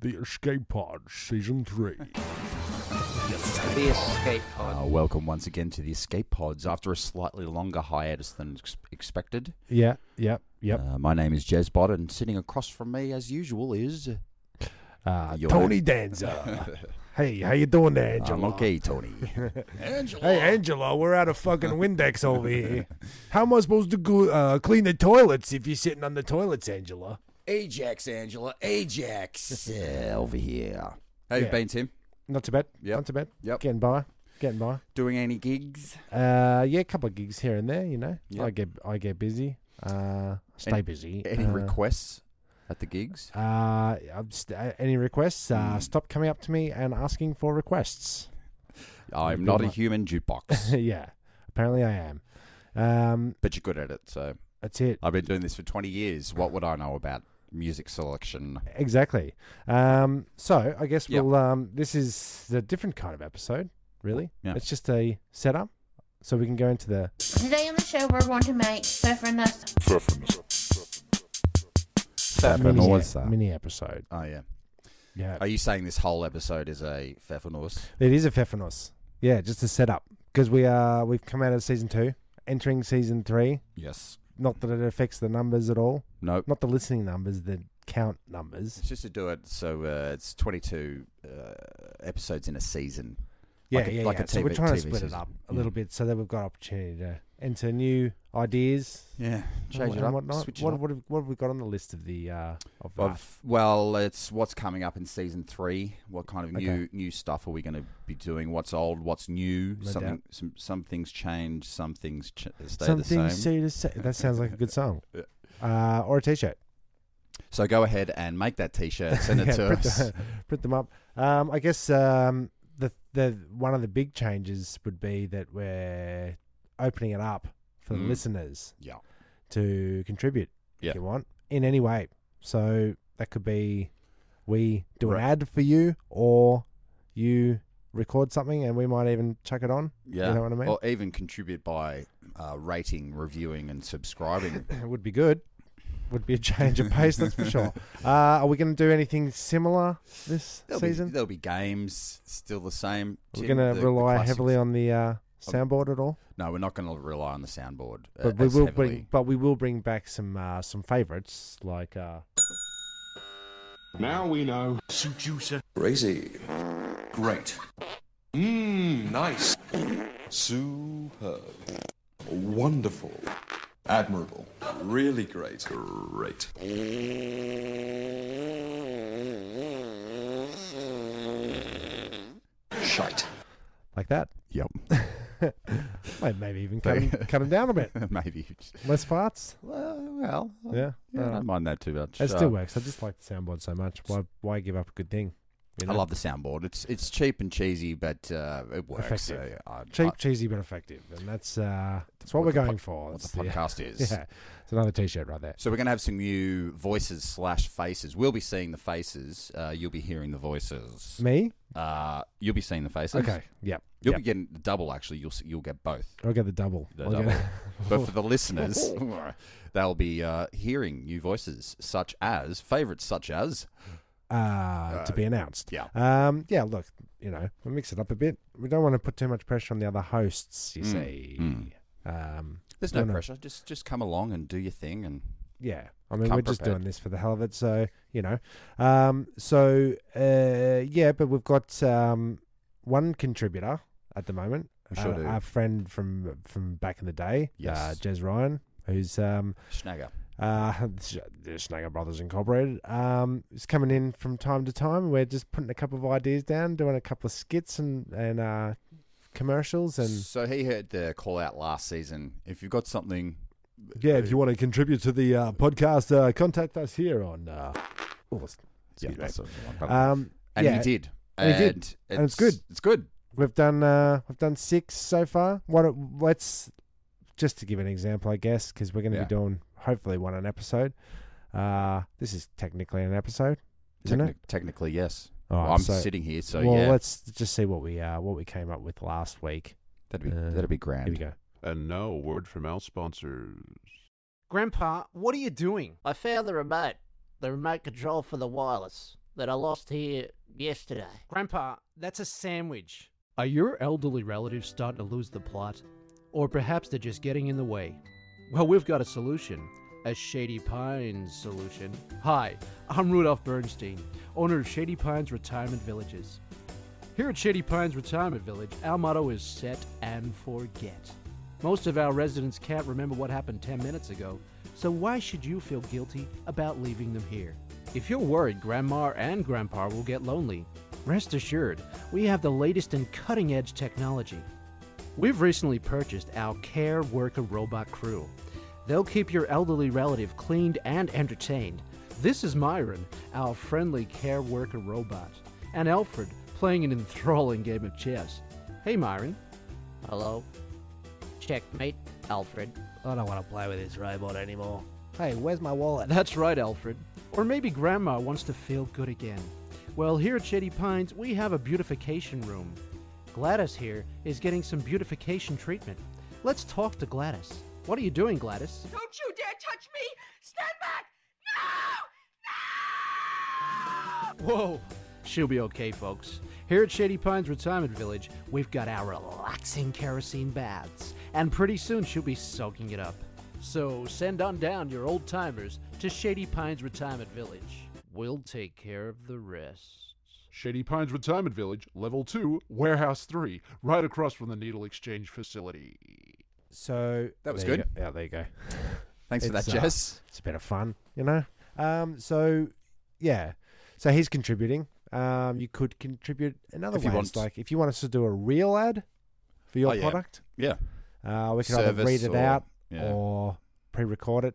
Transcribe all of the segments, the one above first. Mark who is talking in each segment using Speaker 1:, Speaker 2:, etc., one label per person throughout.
Speaker 1: The Escape Pod Season 3.
Speaker 2: The escape pod.
Speaker 3: Uh, welcome once again to the Escape Pods after a slightly longer hiatus than ex- expected.
Speaker 4: Yeah, yep, yep.
Speaker 3: Uh, my name is Jez Bott, and sitting across from me, as usual, is.
Speaker 4: Uh,
Speaker 3: Your-
Speaker 4: Tony Danza. hey, how you doing there,
Speaker 3: I'm
Speaker 4: Angela?
Speaker 3: okay, Tony.
Speaker 4: Hey, Angela, we're out of fucking Windex over here. How am I supposed to go, uh, clean the toilets if you're sitting on the toilets, Angela?
Speaker 3: Ajax, Angela. Ajax. uh, over here. How you
Speaker 4: Yeah.
Speaker 3: been, Tim?
Speaker 4: Not too bad.
Speaker 3: Yep.
Speaker 4: Not too bad.
Speaker 3: Yep.
Speaker 4: Getting by. Getting by.
Speaker 3: Doing any gigs?
Speaker 4: Uh, yeah, a couple of gigs here and there. You know,
Speaker 3: Yep.
Speaker 4: I get I get busy. Uh, stay
Speaker 3: Any-
Speaker 4: busy.
Speaker 3: Any
Speaker 4: uh,
Speaker 3: requests at the gigs?
Speaker 4: Uh, I'm st- uh, any requests? Uh,
Speaker 3: Mm.
Speaker 4: stop coming up to me and asking for requests.
Speaker 3: I'm
Speaker 4: I've
Speaker 3: not
Speaker 4: been
Speaker 3: a
Speaker 4: like-
Speaker 3: human jukebox,
Speaker 4: yeah, apparently I am. Um,
Speaker 3: but you're good at it, so
Speaker 4: that's it.
Speaker 3: I've been doing this for 20 years. What would I know about music selection?
Speaker 4: Exactly. Um, so I guess
Speaker 3: Yep.
Speaker 4: we'll. Um, this is a different kind of episode, really.
Speaker 3: Yeah.
Speaker 4: It's just a setup, so we can go into the.
Speaker 5: Today on the show, we're going to make Pfeffernuss.
Speaker 4: mini,
Speaker 3: Pfeffernuss.
Speaker 4: mini episode.
Speaker 3: Oh, yeah.
Speaker 4: Yeah,
Speaker 3: Are you saying this whole episode is a Pfeffernuss?
Speaker 4: it is a Pfeffernuss. Yeah, just a setup because we are we've come out of season two, entering season three.
Speaker 3: Yes.
Speaker 4: Not that it affects the numbers at all.
Speaker 3: Nope.
Speaker 4: Not the listening numbers, the count numbers.
Speaker 3: It's just to do it so uh, it's 22 uh, episodes in a season.
Speaker 4: Yeah,
Speaker 3: Like a-
Speaker 4: yeah,
Speaker 3: like a
Speaker 4: yeah. so we're
Speaker 3: TV
Speaker 4: trying to
Speaker 3: TV
Speaker 4: split it
Speaker 3: season.
Speaker 4: up a
Speaker 3: Yeah.
Speaker 4: little bit so that we've got opportunity to enter new ideas,
Speaker 3: Yeah. Change
Speaker 4: Oh,
Speaker 3: it
Speaker 4: and
Speaker 3: up.
Speaker 4: whatnot.
Speaker 3: Switch it
Speaker 4: what,
Speaker 3: up.
Speaker 4: What, have, what have we got on the list of the uh, of, uh,
Speaker 3: Of, well, it's what's coming up in season three. What kind of
Speaker 4: Okay.
Speaker 3: new new stuff are we going to be doing? What's old? What's new?
Speaker 4: No
Speaker 3: Something.
Speaker 4: doubt.
Speaker 3: Some some things change. Some things ch- stay
Speaker 4: some
Speaker 3: the same.
Speaker 4: things say to say? That sounds like a good song, uh, or a T-shirt.
Speaker 3: so go ahead and make that T-shirt. Send it
Speaker 4: Yeah,
Speaker 3: to
Speaker 4: print
Speaker 3: us.
Speaker 4: them- print them up. Um, I guess um, the the one of the big changes would be that we're opening it up for the
Speaker 3: Mm.
Speaker 4: listeners
Speaker 3: Yeah.
Speaker 4: to contribute
Speaker 3: Yeah.
Speaker 4: if you want in any way. So that could be we do
Speaker 3: Right.
Speaker 4: an ad for you, or you record something, and we might even chuck it on.
Speaker 3: Yeah.
Speaker 4: You know what I mean?
Speaker 3: Or even contribute by uh, rating, reviewing, and subscribing.
Speaker 4: It would be good. Would be a change of pace, that's for sure. Uh, are we going to do anything similar this
Speaker 3: There'll
Speaker 4: season?
Speaker 3: Be, there'll be games still the same.
Speaker 4: We're
Speaker 3: Tim,
Speaker 4: going
Speaker 3: the-
Speaker 4: to
Speaker 3: the
Speaker 4: rely
Speaker 3: classics.
Speaker 4: heavily on the uh, soundboard at all,
Speaker 3: No, we're not going to rely on the soundboard. uh,
Speaker 4: but we
Speaker 3: as
Speaker 4: will
Speaker 3: heavily.
Speaker 4: bring, but we will bring back some uh, some favorites like uh,
Speaker 6: Now we know.
Speaker 7: Crazy. Great. Mmm, nice. Superb. Wonderful. Admirable. Really great. Great. Shite.
Speaker 4: like that.
Speaker 3: Yep.
Speaker 4: Wait, maybe even cut, 'em- cut 'em down a bit.
Speaker 3: Maybe.
Speaker 4: Less farts.
Speaker 3: Well, well,
Speaker 4: Yeah,
Speaker 3: yeah, I
Speaker 4: uh,
Speaker 3: don't mind that too much.
Speaker 4: it
Speaker 3: Uh,
Speaker 4: still works. I just like the soundboard so much. Why why give up a good thing? you
Speaker 3: I
Speaker 4: know?
Speaker 3: love the soundboard. It's it's cheap and cheesy, but uh, it works. So,
Speaker 4: Effective.
Speaker 3: I-
Speaker 4: cheap,
Speaker 3: I-
Speaker 4: cheesy, but effective, and that's uh, that's what,
Speaker 3: what
Speaker 4: we're
Speaker 3: the
Speaker 4: going
Speaker 3: pod-
Speaker 4: for.
Speaker 3: what the
Speaker 4: It's the-
Speaker 3: podcast is.
Speaker 4: Yeah, it's another T-shirt right there.
Speaker 3: So we're going to have some new voices slash faces. We'll be seeing the faces. Uh, you'll be hearing the voices.
Speaker 4: Me?
Speaker 3: Uh, you'll be seeing the faces.
Speaker 4: Okay. Yep.
Speaker 3: You'll
Speaker 4: yep.
Speaker 3: be getting the double. Actually, you'll s- you'll get both.
Speaker 4: I'll get the double.
Speaker 3: The
Speaker 4: I'll get-
Speaker 3: double. But for the listeners, they'll be uh, hearing new voices, such as favorites, such as
Speaker 4: uh, to be announced.
Speaker 3: yeah.
Speaker 4: Um, yeah, look, you know, we mix it up a bit. We don't want to put too much pressure on the other hosts, you
Speaker 3: Mm,
Speaker 4: see. Um,
Speaker 3: There's no
Speaker 4: No, no.
Speaker 3: pressure. Just just come along and do your thing. And
Speaker 4: yeah. I mean,
Speaker 3: Come
Speaker 4: we're just
Speaker 3: prepared.
Speaker 4: doing this for the hell of it, so, you know. Um, so, uh, yeah, but we've got um, one contributor at the moment.
Speaker 3: We sure
Speaker 4: uh,
Speaker 3: do.
Speaker 4: Our friend from from back in the day, uh,
Speaker 3: Yes.
Speaker 4: Jez Ryan, who's um,
Speaker 3: Schnagger,
Speaker 4: uh, the Snagger Brothers Incorporated. Um, it's coming in from time to time. We're just putting a couple of ideas down, doing a couple of skits and and uh, commercials, and
Speaker 3: so he heard the call out last season. If you've got something,
Speaker 4: yeah. If you want to contribute to the uh, podcast, uh, contact us here on. Uh, oh, it's-
Speaker 3: yeah,
Speaker 4: excuse me.
Speaker 3: that's what I want.
Speaker 4: um,
Speaker 3: and
Speaker 4: yeah,
Speaker 3: he did.
Speaker 4: and he did. And it's good.
Speaker 3: It's good.
Speaker 4: We've done uh, we've done six so far. What it- let's just to give an example, I guess, because we're going to
Speaker 3: Yeah.
Speaker 4: be doing hopefully one an episode. Uh, this is technically an episode, isn't it?
Speaker 3: Technic- Technically, yes.
Speaker 4: All right,
Speaker 3: I'm
Speaker 4: so-
Speaker 3: sitting here, so
Speaker 4: well,
Speaker 3: yeah,
Speaker 4: let's just see what we uh, what we came up with last week.
Speaker 3: that'd be
Speaker 4: uh,
Speaker 3: that'd be
Speaker 4: Here we
Speaker 3: grand.
Speaker 4: go.
Speaker 6: And now, a word from our sponsors.
Speaker 8: Grandpa, what are you doing?
Speaker 9: I found the remote, the remote control for the wireless.
Speaker 8: that I lost here yesterday.
Speaker 2: Grandpa, that's a sandwich.
Speaker 9: Are your elderly relatives starting to lose the plot? Or perhaps they're just getting in the way? Well, we've got a solution. A Shady Pines solution. Hi, I'm Rudolph Bernstein, owner of Shady Pines Retirement Villages. Here at Shady Pines Retirement Village, our motto is set and forget. Most of our residents can't remember what happened 10 minutes ago, so why should you feel guilty about leaving them here? If you're worried Grandma and Grandpa will get lonely, rest assured, we have the latest and cutting edge technology. We've recently purchased our Care Worker Robot Crew. They'll keep your elderly relative cleaned and entertained. This is Myron, our friendly Care Worker Robot, and Alfred playing an enthralling game of chess. Hey, Myron.
Speaker 8: Hello? Checkmate, Alfred.
Speaker 10: I don't want to play with this robot anymore. Hey, where's my wallet?
Speaker 9: That's right, Alfred. Or maybe Grandma wants to feel good again. Well, here at Shady Pines, we have a beautification room. Gladys here is getting some beautification treatment. Let's talk to Gladys. What are you doing, Gladys?
Speaker 11: Don't you dare touch me! Stand back! No!
Speaker 9: No! Whoa! She'll be okay, folks. Here at Shady Pines Retirement Village, we've got our relaxing kerosene baths, and pretty soon she'll be soaking it up. So send on down your old timers to Shady Pines Retirement Village. We'll take care of the rest.
Speaker 6: Shady Pines Retirement Village, Level 2, Warehouse 3, right across from the Needle Exchange Facility.
Speaker 4: So
Speaker 3: That was
Speaker 4: there you
Speaker 3: good.
Speaker 4: go. Yeah, there you go.
Speaker 3: Thanks for
Speaker 4: It's,
Speaker 3: that,
Speaker 4: uh,
Speaker 3: Jess.
Speaker 4: It's a bit of fun, you know. Um, so yeah, so he's contributing. Um, you could contribute another
Speaker 3: If
Speaker 4: way.
Speaker 3: you
Speaker 4: It's
Speaker 3: want.
Speaker 4: like if you want us to do a real ad for your
Speaker 3: Oh, yeah.
Speaker 4: product,
Speaker 3: Yeah.
Speaker 4: uh, we can either
Speaker 3: Service
Speaker 4: read it
Speaker 3: or-
Speaker 4: out
Speaker 3: yeah.
Speaker 4: or pre-record it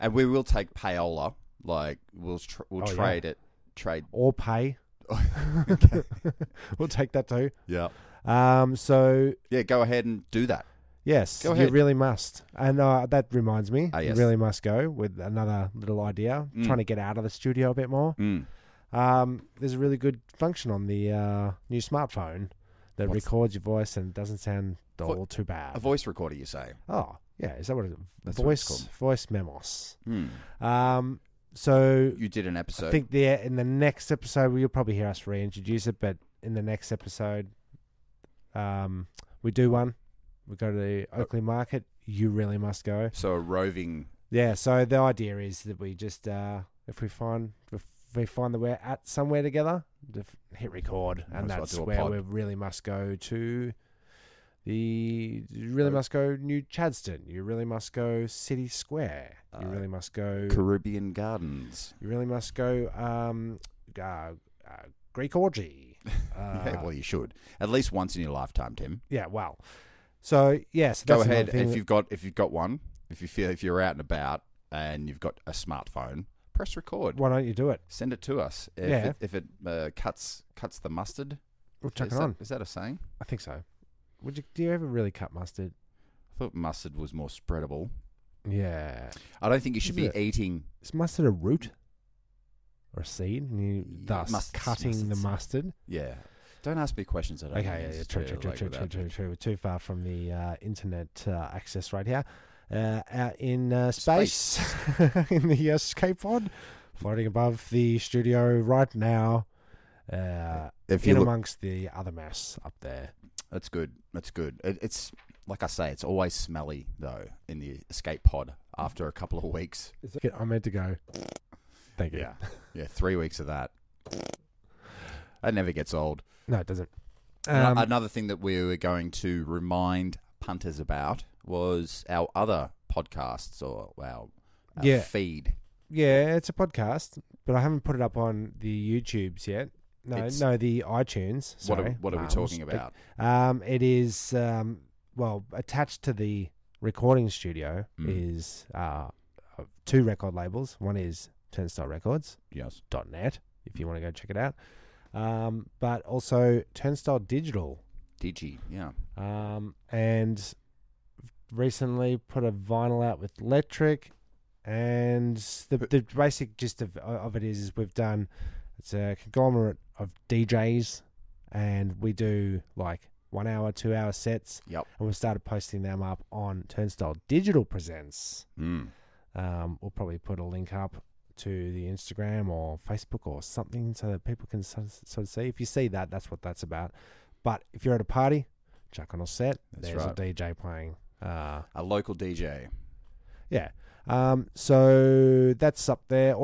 Speaker 3: And we will take payola. Like, we'll, tr- we'll
Speaker 4: Oh, yeah.
Speaker 3: trade it. Trade.
Speaker 4: or pay. we'll take that too.
Speaker 3: Yeah.
Speaker 4: Um, so
Speaker 3: Yeah, go ahead and do that.
Speaker 4: Yes,
Speaker 3: Go
Speaker 4: you
Speaker 3: ahead.
Speaker 4: really must. And uh, that reminds me,
Speaker 3: Ah, yes.
Speaker 4: you really must go with another little idea.
Speaker 3: Mm.
Speaker 4: Trying to get out of the studio a bit more.
Speaker 3: Mm.
Speaker 4: Um, there's a really good function on the uh, new smartphone that
Speaker 3: What's-
Speaker 4: records your voice and it doesn't sound all too bad.
Speaker 3: A voice recorder, you say?
Speaker 4: oh, yeah, is that what it is?
Speaker 3: That's what it's
Speaker 4: voice voice memos.
Speaker 3: Hmm.
Speaker 4: Um, so
Speaker 3: You did an episode.
Speaker 4: I think there in the next episode well, you'll probably hear us reintroduce it, but in the next episode, um, we do one. We go to the
Speaker 3: Oh.
Speaker 4: Oakley Market. You really must go.
Speaker 3: so a roving.
Speaker 4: Yeah. So the idea is that we just uh, if we find if we find that we're at somewhere together, def- hit record, and
Speaker 3: Might as well
Speaker 4: that's
Speaker 3: do a
Speaker 4: where
Speaker 3: pod.
Speaker 4: we really must go to. The you really
Speaker 3: Oh.
Speaker 4: must go New Chadston. You really must go City Square. You
Speaker 3: Uh,
Speaker 4: really must go.
Speaker 3: Caribbean Gardens.
Speaker 4: You really must go um, uh, uh, Greek orgy. Uh,
Speaker 3: yeah, well, you should at least once in your lifetime, Tim.
Speaker 4: yeah, wow. So yes,
Speaker 3: Go
Speaker 4: that's another
Speaker 3: ahead
Speaker 4: thing
Speaker 3: if
Speaker 4: that-
Speaker 3: you've got if you've got one. If you feel if you're out and about and you've got a smartphone, press record.
Speaker 4: why don't you do it?
Speaker 3: Send it to us. If
Speaker 4: Yeah.
Speaker 3: it, if it uh, cuts cuts the mustard,
Speaker 4: We'll chuck
Speaker 3: is
Speaker 4: it
Speaker 3: that-
Speaker 4: on.
Speaker 3: is that a saying?
Speaker 4: I think so. Would you? Do you ever really cut mustard?
Speaker 3: I thought mustard was more spreadable.
Speaker 4: Yeah,
Speaker 3: I don't think you should
Speaker 4: Is
Speaker 3: be
Speaker 4: it?
Speaker 3: eating.
Speaker 4: is mustard a root or a seed? And you
Speaker 3: Yeah,
Speaker 4: thus
Speaker 3: mustard's-
Speaker 4: cutting
Speaker 3: mustard's-
Speaker 4: the mustard.
Speaker 3: Yeah, don't ask me questions. I don't.
Speaker 4: Okay,
Speaker 3: know
Speaker 4: yeah, yeah,
Speaker 3: answers
Speaker 4: true,
Speaker 3: to,
Speaker 4: true, true,
Speaker 3: like,
Speaker 4: true, true,
Speaker 3: without-
Speaker 4: true, true. We're too far from the uh, internet uh, access right here. Uh, out in uh, space, in the uh, escape pod, floating above the studio right now. Uh,
Speaker 3: If you
Speaker 4: in
Speaker 3: look,
Speaker 4: amongst the other mass up there.
Speaker 3: That's good. That's good. It, it's like I say, it's always smelly though in the escape pod after a couple of weeks.
Speaker 4: Okay, I'm meant to go. Thank you.
Speaker 3: Yeah. Yeah, three weeks of that. That never gets old.
Speaker 4: No, it doesn't.
Speaker 3: Ano-
Speaker 4: Um,
Speaker 3: Another thing that we were going to remind punters about was our other podcasts or our, our
Speaker 4: Yeah.
Speaker 3: feed.
Speaker 4: yeah, it's a podcast, but I haven't put it up on the YouTubes yet. No,
Speaker 3: It's-
Speaker 4: no, the iTunes.
Speaker 3: What are,
Speaker 4: sorry.
Speaker 3: what are we
Speaker 4: Um,
Speaker 3: talking
Speaker 4: but,
Speaker 3: about?
Speaker 4: Um, it is um, well attached to the recording studio
Speaker 3: Mm.
Speaker 4: is uh, uh, two record labels. One is Turnstile Records
Speaker 3: Yes.
Speaker 4: dot net if you want to go check it out, um, but also Turnstile Digital
Speaker 3: Digi. Yeah.
Speaker 4: um, and recently put a vinyl out with Electric. And the
Speaker 3: Who-
Speaker 4: the basic gist of of it is, is we've done it's a conglomerate of DJs, and we do like one hour, two hour sets,
Speaker 3: Yep.
Speaker 4: and we've started posting them up on Turnstile Digital Presents.
Speaker 3: Mm.
Speaker 4: Um, we'll probably put a link up to the Instagram or Facebook or something so that people can sort of sort of see. If you see that, that's what that's about. But if you're at a party, chuck on a set.
Speaker 3: That's
Speaker 4: there's
Speaker 3: right.
Speaker 4: a DJ playing. Uh,
Speaker 3: a local DJ.
Speaker 4: Yeah. Um, so that's up there.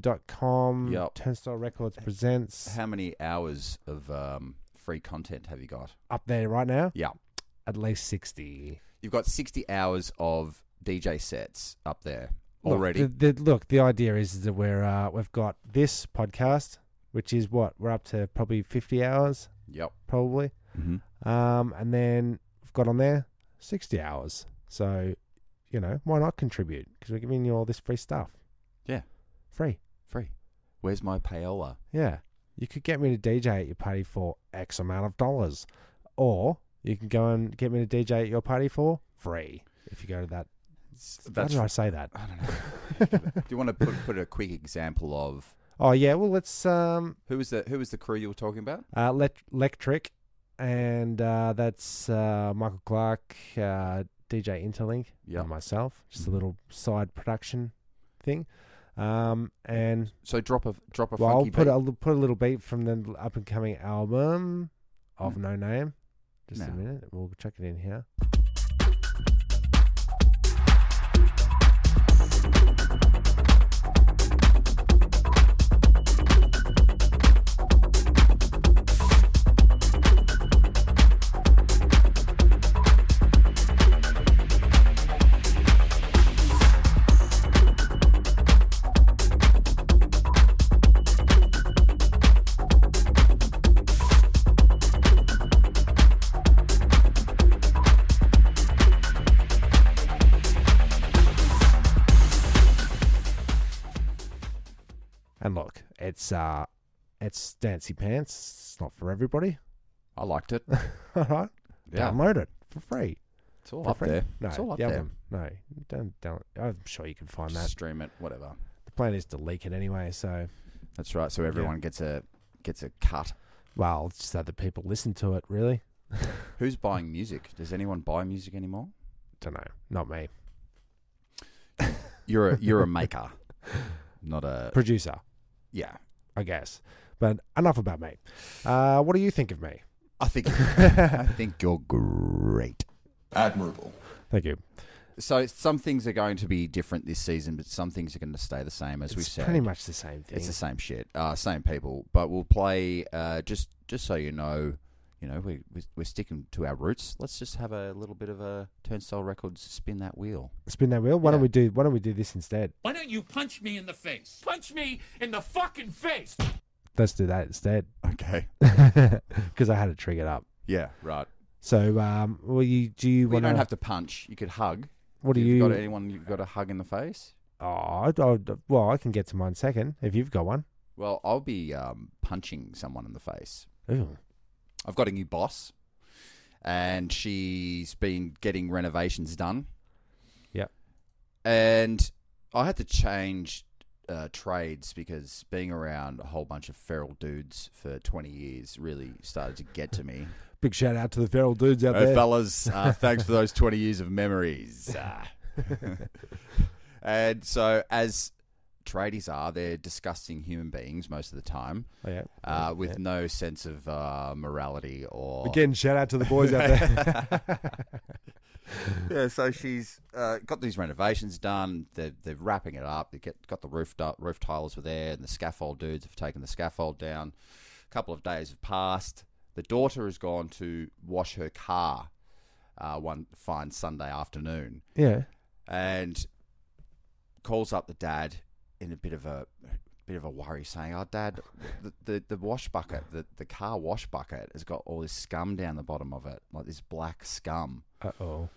Speaker 4: Audioboom.com.
Speaker 3: Yep.
Speaker 4: Turnstile Records presents
Speaker 3: How many hours of um, free content have you got?
Speaker 4: up there right now.
Speaker 3: Yeah.
Speaker 4: At least 60.
Speaker 3: You've got 60 hours of DJ sets up there
Speaker 4: Look,
Speaker 3: already.
Speaker 4: the, the- look, the idea is that we're uh, we've got this podcast, which is what we're up to probably fifty hours.
Speaker 3: Yep.
Speaker 4: probably.
Speaker 3: Mm-hmm.
Speaker 4: Um, and then we've got on there sixty hours. So, you know, why not contribute? Because we're giving you all this free stuff.
Speaker 3: Yeah.
Speaker 4: Free.
Speaker 3: Free. Where's my payola?
Speaker 4: Yeah, you could get me to DJ at your party for X amount of dollars, or you can go and get me to DJ at your party for free if you go to that. Why
Speaker 3: That's-
Speaker 4: did I say that?
Speaker 3: I don't know. Do you want to put, put a quick example of
Speaker 4: Oh yeah, well let's um
Speaker 3: who was the who was the crew you were talking about?
Speaker 4: Uh, Lec- Electric, and uh, that's uh, Michael Clark, uh, DJ Interlink,
Speaker 3: Yeah. Mm-hmm.
Speaker 4: and myself. Just a little side production thing. Um, and
Speaker 3: So drop a drop a
Speaker 4: well, I'll
Speaker 3: funky
Speaker 4: put
Speaker 3: beat.
Speaker 4: a, li- put a little beat from the up and coming album
Speaker 3: Mm.
Speaker 4: of No Name. Just a
Speaker 3: No.
Speaker 4: minute, we'll check it in here. And look, it's uh, it's Dancy Pants. It's not for everybody.
Speaker 3: I liked it.
Speaker 4: All right,
Speaker 3: Yeah.
Speaker 4: download it for free.
Speaker 3: It's all
Speaker 4: For
Speaker 3: up
Speaker 4: free.
Speaker 3: there.
Speaker 4: No,
Speaker 3: it's all up
Speaker 4: the
Speaker 3: there.
Speaker 4: album. No, don't don't. I'm sure you can find
Speaker 3: Just
Speaker 4: that.
Speaker 3: Stream it, whatever.
Speaker 4: The plan is to leak it anyway. So,
Speaker 3: That's right. So everyone gets a gets a cut.
Speaker 4: well, it's just that the people listen to it. Really,
Speaker 3: Who's buying music? Does anyone buy music anymore?
Speaker 4: don't know. Not me.
Speaker 3: You're a you're a maker, not a
Speaker 4: Producer,
Speaker 3: yeah.
Speaker 4: I guess. But enough about me. Uh, what do you think of me?
Speaker 3: I think I think you're great.
Speaker 7: Admirable.
Speaker 4: Thank you.
Speaker 3: So some things are going to be different this season, but some things are going to stay the same as we
Speaker 4: It's
Speaker 3: said.
Speaker 4: pretty much the same thing.
Speaker 3: It's the same shit, uh, same people, but we'll play uh, just just so you know, you know we we- we're sticking to our roots. Let's just have a little bit of a Turnstile Records spin that wheel.
Speaker 4: Spin that wheel. Why don't we do? Why don't we do this instead?
Speaker 12: Why don't you punch me in the face? Punch me in the fucking face!
Speaker 4: Let's do that instead.
Speaker 3: Okay.
Speaker 4: Because I had it triggered up.
Speaker 3: Yeah. Right.
Speaker 4: So, um, well, you do you
Speaker 3: Well,
Speaker 4: want
Speaker 3: you don't have to punch. You could hug.
Speaker 4: What do
Speaker 3: You've got
Speaker 4: you-
Speaker 3: anyone you've got a hug in the face?
Speaker 4: Oh, I, I- well, I can get to mine second if you've got one.
Speaker 3: Well, I'll be um, punching someone in the face.
Speaker 4: Ooh.
Speaker 3: I've got a new boss, and she's been getting renovations done.
Speaker 4: Yep.
Speaker 3: And I had to change uh, trades because being around a whole bunch of feral dudes for 20 years really started to get to me.
Speaker 4: Big shout out to the feral dudes out
Speaker 3: Hey,
Speaker 4: there,
Speaker 3: fellas, uh, thanks for those 20 years of memories. Ah. and so, as tradies are, they're disgusting human beings most of the time.
Speaker 4: Oh, yeah.
Speaker 3: Uh, with no sense of uh, morality or.
Speaker 4: Again, shout out to the boys out there.
Speaker 3: yeah, so she's uh, got these renovations done. They're, they're wrapping it up. They get got the roof di- roof tiles were there, and the scaffold dudes have taken the scaffold down. A couple of days have passed. The daughter has gone to wash her car uh, one fine Sunday afternoon,
Speaker 4: Yeah.
Speaker 3: and calls up the dad in a bit of a bit of a worry, saying, "Oh, dad, the the, the wash bucket, the, the car wash bucket, has got all this scum down the bottom of it, like this black scum."
Speaker 4: Uh oh.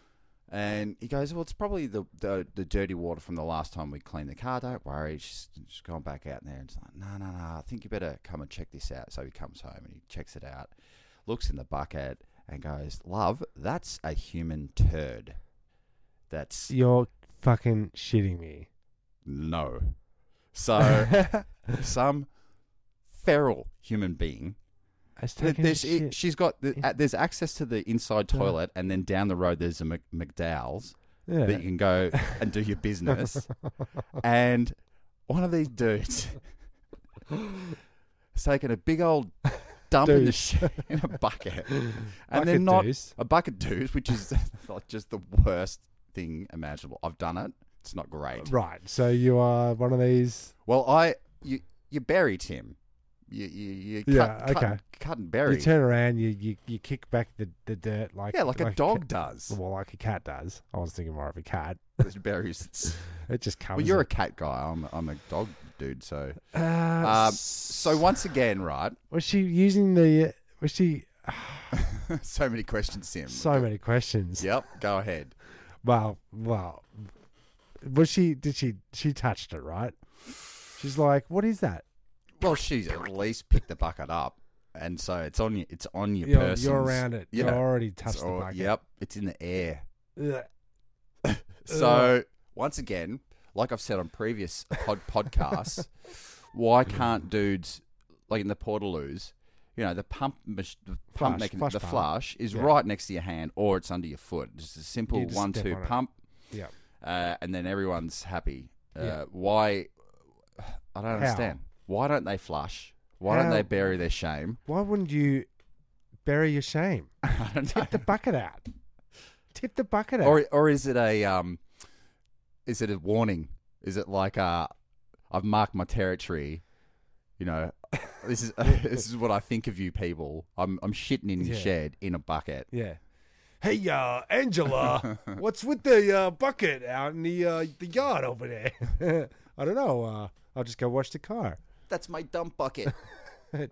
Speaker 3: And he goes, "Well, it's probably the, the the dirty water from the last time we cleaned the car. Don't worry." She's, she's gone back out there and she's like, "No, no, no. I think you better come and check this out." So he comes home and he checks it out, looks in the bucket, and goes, "Love, that's a human turd. That's
Speaker 4: You're fucking shitting me.
Speaker 3: no." So some feral human being.
Speaker 4: Has taken
Speaker 3: There's,
Speaker 4: a
Speaker 3: it,
Speaker 4: shit.
Speaker 3: she's got the, uh, there's access to the inside toilet, and then down the road there's a Mc, McDowell's
Speaker 4: Yeah.
Speaker 3: that you can go and do your business. and one of these dudes has taken a big old dump in the
Speaker 4: Deuce.
Speaker 3: sh- in a bucket, and
Speaker 4: Bucket
Speaker 3: then not
Speaker 4: deuce.
Speaker 3: a bucket deuce, which is like just the worst thing imaginable. I've done it. It's not great.
Speaker 4: Right. So you are one of these.
Speaker 3: Well, I you you buried him. You you, you cut,
Speaker 4: yeah.
Speaker 3: cut,
Speaker 4: okay.
Speaker 3: cut and bury.
Speaker 4: You turn around. You, you you kick back the, the dirt like
Speaker 3: Yeah, like a dog does.
Speaker 4: Well, like a cat does. I was thinking more of a cat.
Speaker 3: It buries. It's,
Speaker 4: it just covers.
Speaker 3: well, you're a
Speaker 4: it.
Speaker 3: cat guy. I'm I'm a dog dude. So
Speaker 4: Uh,
Speaker 3: um, so once again, right?
Speaker 4: Was she using the? Was she?
Speaker 3: so many questions, Sim.
Speaker 4: So many questions.
Speaker 3: Yep. Go ahead.
Speaker 4: Well, well. Was she? Did she? She touched it, right? She's like, "What is that?"
Speaker 3: Well, she's at least picked the bucket up, and so it's on you. It's on your
Speaker 4: You're- you're
Speaker 3: person.
Speaker 4: around it. You're already touched the bucket.
Speaker 3: Yep, it's in the air.
Speaker 4: Ugh.
Speaker 3: So once again, like I've said on previous pod- podcasts, why can't dudes like in the portaloos? You know, the pump, mach- the pump
Speaker 4: Flush,
Speaker 3: mechan-
Speaker 4: flush
Speaker 3: the
Speaker 4: pump.
Speaker 3: flush is
Speaker 4: Yeah.
Speaker 3: right next to your hand, or it's under your foot. Just a simple
Speaker 4: You just step
Speaker 3: one-two
Speaker 4: on it.
Speaker 3: pump,
Speaker 4: Yep.
Speaker 3: uh, and then everyone's happy. Uh,
Speaker 4: Yeah.
Speaker 3: Why? I don't
Speaker 4: How?
Speaker 3: understand. Why don't they flush? Why don't
Speaker 4: How?
Speaker 3: they bury their shame?
Speaker 4: Why wouldn't you bury your shame? Tip the bucket out. Tip the bucket out.
Speaker 3: Or or is it a um is it a warning? Is it like uh I've marked my territory, you know, this is this is what I think of you people. I'm I'm shitting in your
Speaker 4: Yeah.
Speaker 3: shed in a bucket.
Speaker 4: yeah. Hey, uh, Angela, what's with the uh, bucket out in the uh, the yard over there? I don't know. Uh, I'll just go wash the car.
Speaker 3: That's my dump bucket.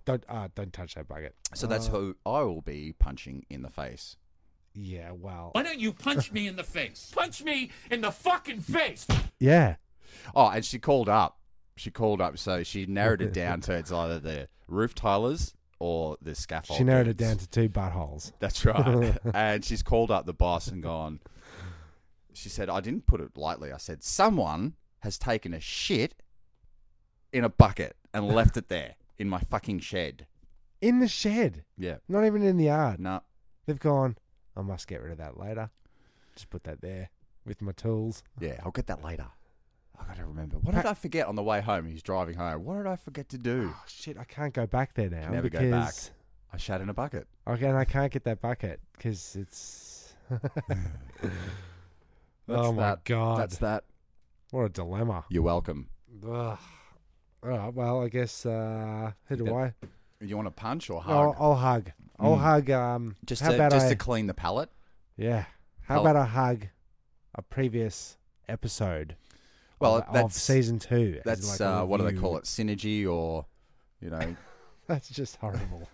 Speaker 4: don't uh, don't touch that bucket.
Speaker 3: So that's
Speaker 4: Uh,
Speaker 3: who I will be punching in the face.
Speaker 4: Yeah. Wow.
Speaker 12: Why don't you punch me in the face? Punch me in the fucking face!
Speaker 4: Yeah.
Speaker 3: Oh, and she called up. She called up, so she narrowed it down to it's either the roof tilers or the scaffold.
Speaker 4: She narrowed it
Speaker 3: dudes.
Speaker 4: down to two buttholes.
Speaker 3: That's right. and she's called up the boss and gone. She said, I didn't put it lightly. I said, someone has taken a shit in a bucket and left it there in my fucking shed. uh,
Speaker 4: in the shed.
Speaker 3: Yeah.
Speaker 4: Not even in the yard.
Speaker 3: No.
Speaker 4: They've gone. I must get rid of that later. Just put that there with my tools.
Speaker 3: Yeah, I'll get that later. I gotta remember. What did I forget on the way home? He's driving home. What did I forget to do?
Speaker 4: Oh, Shit, I can't go back there now.
Speaker 3: Can never
Speaker 4: because
Speaker 3: go back. I shat in a bucket.
Speaker 4: Okay, and I can't get that bucket because it's.
Speaker 3: That's
Speaker 4: oh my
Speaker 3: that.
Speaker 4: god!
Speaker 3: That's that.
Speaker 4: What a dilemma.
Speaker 3: You're welcome.
Speaker 4: Ugh. All right. Well, I guess uh, who do I?
Speaker 3: You want a punch or hug?
Speaker 4: I'll, I'll hug. I'll
Speaker 3: Mm.
Speaker 4: hug. Um,
Speaker 3: just
Speaker 4: Oh, how
Speaker 3: to,
Speaker 4: about
Speaker 3: just
Speaker 4: I,
Speaker 3: to clean the palate.
Speaker 4: Yeah. How
Speaker 3: Help.
Speaker 4: about a hug? A previous episode.
Speaker 3: Well,
Speaker 4: of, of
Speaker 3: that's-
Speaker 4: season two. as
Speaker 3: That's
Speaker 4: like a
Speaker 3: uh, what do they
Speaker 4: review.
Speaker 3: call it? Synergy or you know
Speaker 4: That's just horrible.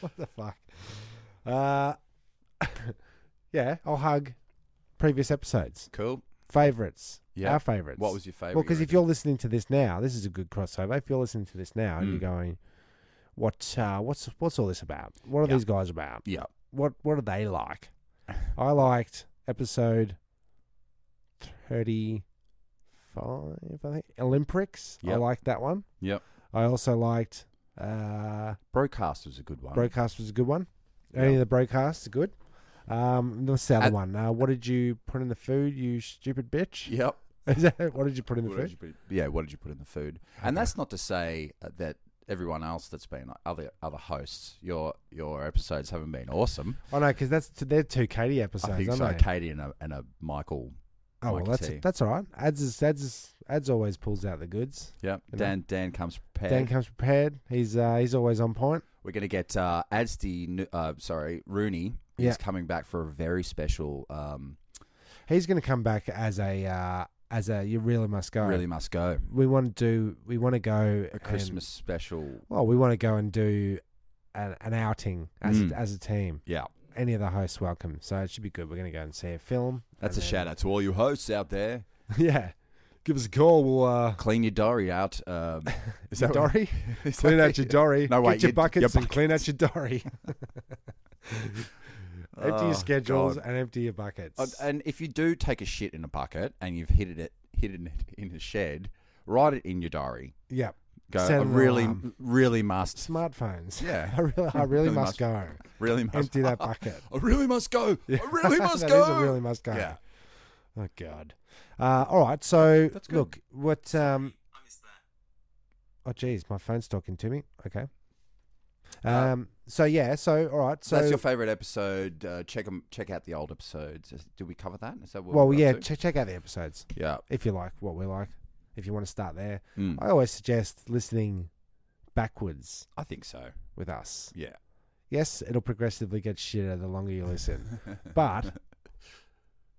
Speaker 4: what the fuck? Uh, yeah, I'll hug previous episodes,
Speaker 3: cool.
Speaker 4: favorites,
Speaker 3: Yeah.
Speaker 4: our favorites.
Speaker 3: What was your favourite
Speaker 4: Well,
Speaker 3: you
Speaker 4: because if
Speaker 3: reckon?
Speaker 4: you're listening to this now, this is a good crossover. If you're listening to this now and
Speaker 3: Mm.
Speaker 4: you're going, what, uh, what's, what's all this about? What are
Speaker 3: Yeah.
Speaker 4: these guys about?
Speaker 3: Yeah.
Speaker 4: What, what are they like? I liked episode thirty-five, I think. Olympics. I
Speaker 3: Yep.
Speaker 4: liked that one.
Speaker 3: Yep.
Speaker 4: I also liked uh,
Speaker 3: Broadcast was a good one.
Speaker 4: Broadcast was a good one. Any of the broadcasts are good. Um, what's the other
Speaker 3: At-
Speaker 4: one? Uh, what did you put in the food, you stupid bitch?
Speaker 3: Yep.
Speaker 4: Is that, what did you put in the
Speaker 3: What
Speaker 4: food?
Speaker 3: did you put- yeah, what did you put in the food? And that's not to say uh, that everyone else that's been other other hosts, your your episodes haven't been awesome.
Speaker 4: Oh no, because that's they're two Katie episodes,
Speaker 3: I think
Speaker 4: aren't
Speaker 3: so.
Speaker 4: they?
Speaker 3: Katie and a, and a Michael.
Speaker 4: Oh well,
Speaker 3: Mikey
Speaker 4: that's
Speaker 3: T.
Speaker 4: that's all right. Ads is, ads is, ads always pulls out the goods.
Speaker 3: Yep.
Speaker 4: You know?
Speaker 3: Dan Dan comes prepared.
Speaker 4: Dan comes prepared. He's uh, he's always on point.
Speaker 3: We're gonna get uh, Asdi. Nu- Uh, sorry, Rooney is
Speaker 4: Yeah.
Speaker 3: coming back for a very special. Um,
Speaker 4: He's going to come back as a uh, as a you really must go.
Speaker 3: Really must go.
Speaker 4: We want to do. We want to go
Speaker 3: A
Speaker 4: and-
Speaker 3: Christmas special.
Speaker 4: well, we want to go and do an, an outing as
Speaker 3: Mm.
Speaker 4: a, as a team.
Speaker 3: Yeah.
Speaker 4: Any of the hosts welcome, so it should be good. We're going to go and see a film.
Speaker 3: That's a
Speaker 4: and
Speaker 3: shout out to all you hosts out there.
Speaker 4: then- yeah. Give us a call. We'll uh,
Speaker 3: Clean your diary out. Um, is that what-
Speaker 4: Dory.
Speaker 3: Is
Speaker 4: clean
Speaker 3: that-
Speaker 4: out your Dory.
Speaker 3: No, wait,
Speaker 4: Get your,
Speaker 3: your-
Speaker 4: buckets
Speaker 3: your
Speaker 4: and clean out your Dory. empty
Speaker 3: Oh,
Speaker 4: your schedules
Speaker 3: God.
Speaker 4: and empty your buckets.
Speaker 3: Uh, And if you do take a shit in a bucket and you've hidden it, hidden it in a shed, write it in your diary.
Speaker 4: yeah.
Speaker 3: Go.
Speaker 4: Set
Speaker 3: I
Speaker 4: an
Speaker 3: really,
Speaker 4: alarm.
Speaker 3: really must.
Speaker 4: Smartphones.
Speaker 3: Yeah.
Speaker 4: I really, I really must go.
Speaker 3: Really must.
Speaker 4: Empty that bucket.
Speaker 3: I really must go. I really must
Speaker 4: That
Speaker 3: go.
Speaker 4: is a really must go.
Speaker 3: Yeah.
Speaker 4: Oh God. Uh, all right. So
Speaker 13: That's good.
Speaker 4: look, what? Um, oh geez, my phone's talking to me. Okay. Um. so yeah. So all right. So
Speaker 3: Uh, that's your favorite episode. Uh, check 'em- Check out the old episodes. Is- Did we cover that? Is that what
Speaker 4: well,
Speaker 3: we're up
Speaker 4: yeah.
Speaker 3: to?
Speaker 4: Check check out the episodes.
Speaker 3: Yeah.
Speaker 4: If you like what we're like, if you want to start there,
Speaker 3: Mm.
Speaker 4: I always suggest listening backwards.
Speaker 3: I think so.
Speaker 4: With us.
Speaker 3: Yeah.
Speaker 4: Yes, it'll progressively get shitter the longer you listen, but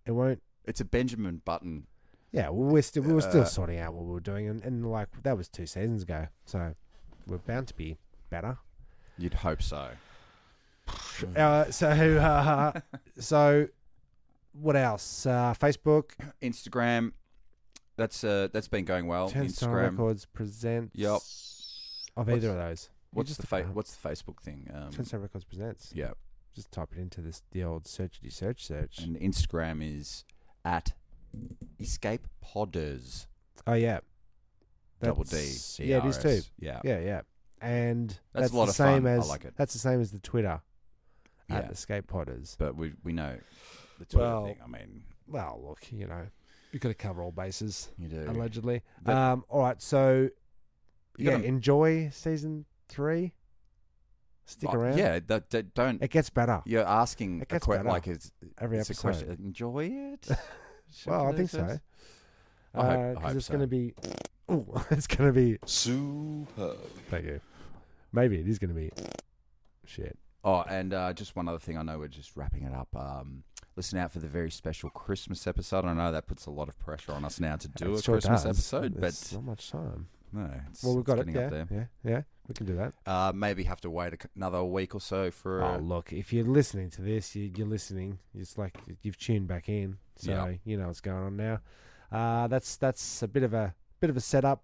Speaker 4: it won't.
Speaker 3: It's a Benjamin Button.
Speaker 4: Yeah, well, we're still we were still
Speaker 3: Uh,
Speaker 4: sorting out what we were doing, and, and like that was two seasons ago, so we're bound to be better.
Speaker 3: You'd hope so. Hmm.
Speaker 4: Uh, so, uh, so what else? Uh, Facebook,
Speaker 3: Instagram. That's uh, that's been going well.
Speaker 4: Turnstile
Speaker 3: Instagram.
Speaker 4: Records presents.
Speaker 3: Yep.
Speaker 4: Of
Speaker 3: What's-
Speaker 4: either of those. You
Speaker 3: What's
Speaker 4: just
Speaker 3: the fa- What's the Facebook thing? Um,
Speaker 4: Turnstile Records presents.
Speaker 3: Yeah.
Speaker 4: Just type it into this the old searchy search search.
Speaker 3: And Instagram is at Escape Podders.
Speaker 4: Oh yeah.
Speaker 3: Double D,
Speaker 4: That's- Yeah, it is too.
Speaker 3: DRS. Yeah.
Speaker 4: Yeah, yeah. And that's,
Speaker 3: That's a lot
Speaker 4: the
Speaker 3: of
Speaker 4: same
Speaker 3: fun. I
Speaker 4: as
Speaker 3: like it.
Speaker 4: that's the same as the Twitter
Speaker 3: Yeah.
Speaker 4: at Escape Podders.
Speaker 3: But we we know the Twitter
Speaker 4: Well,
Speaker 3: thing. I mean,
Speaker 4: Well, look, you know, you got to cover all bases.
Speaker 3: You do.
Speaker 4: allegedly.
Speaker 3: But-
Speaker 4: um, all right, so
Speaker 3: You
Speaker 4: yeah,
Speaker 3: gotta-
Speaker 4: enjoy season three. Stick
Speaker 3: Like,
Speaker 4: around.
Speaker 3: Yeah, that, that- don't.
Speaker 4: It gets better.
Speaker 3: You're asking
Speaker 4: It
Speaker 3: a
Speaker 4: gets
Speaker 3: que-
Speaker 4: better
Speaker 3: like it's
Speaker 4: every
Speaker 3: it's
Speaker 4: episode.
Speaker 3: A question. Enjoy it.
Speaker 4: Well, I think so.
Speaker 3: I hope- I
Speaker 4: Uh, 'cause
Speaker 3: hope
Speaker 4: it's
Speaker 3: so.
Speaker 4: going to be. Oh, it's going to be.
Speaker 7: Superb.
Speaker 4: Thank you. Maybe it is going to be. Shit.
Speaker 3: Oh, and uh, just one other thing. I know we're just wrapping it up. Um, listen out for the very special Christmas episode. I know that puts a lot of pressure on us now to do
Speaker 4: It
Speaker 3: a
Speaker 4: sure
Speaker 3: Christmas
Speaker 4: does.
Speaker 3: episode,
Speaker 4: There's
Speaker 3: but
Speaker 4: not much time.
Speaker 3: no, it's,
Speaker 4: well, we've
Speaker 3: it's
Speaker 4: got it.
Speaker 3: getting
Speaker 4: Yeah,
Speaker 3: up there.
Speaker 4: yeah, yeah. We can do that.
Speaker 3: Uh, maybe have to wait a c- another week or so for.
Speaker 4: Oh,
Speaker 3: uh,
Speaker 4: look, if you're listening to this, you, you're listening. It's like you've tuned back in, so
Speaker 3: Yeah.
Speaker 4: you know what's going on now. Uh, that's that's a bit of a bit of a setup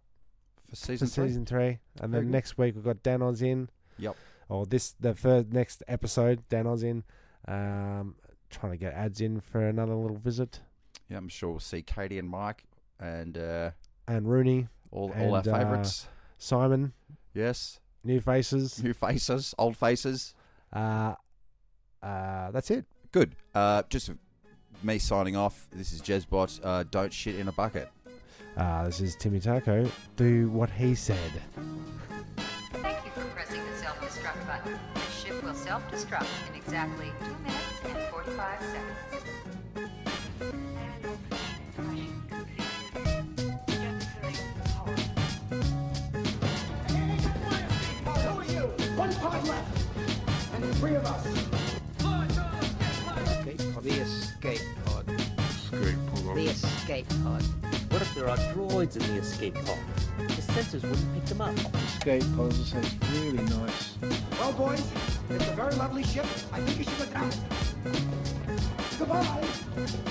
Speaker 3: for season
Speaker 4: for
Speaker 3: three.
Speaker 4: season three, and
Speaker 3: Very
Speaker 4: then
Speaker 3: good.
Speaker 4: next week we've got Danon's in.
Speaker 3: Yep.
Speaker 4: Or this the first next episode Danon's in. Um, trying to get ads in for another little visit,
Speaker 3: Yeah, I'm sure we'll see Katie and Mike and uh,
Speaker 4: and Rooney,
Speaker 3: all all our
Speaker 4: and, uh,
Speaker 3: favourites.
Speaker 4: Simon,
Speaker 3: yes,
Speaker 4: new faces.
Speaker 3: new faces, old faces.
Speaker 4: Uh, uh, that's it.
Speaker 3: Good. Uh, just me signing off. This is Jezbot. Uh, don't shit in a bucket.
Speaker 4: Uh, this is Timmy Taco. Do what he said.
Speaker 14: Thank you for pressing the self-destruct button. The ship will self-destruct in exactly 2 minutes and 45 seconds.
Speaker 11: Who are you? One pod left. And the three of us.
Speaker 15: The escape pod. Escape pod. The escape pod. What if there are droids in the escape pod? The sensors wouldn't pick them up.
Speaker 16: Escape puzzle sounds really nice.
Speaker 11: Well, boys, it's a very lovely ship. I think you should look out. Goodbye.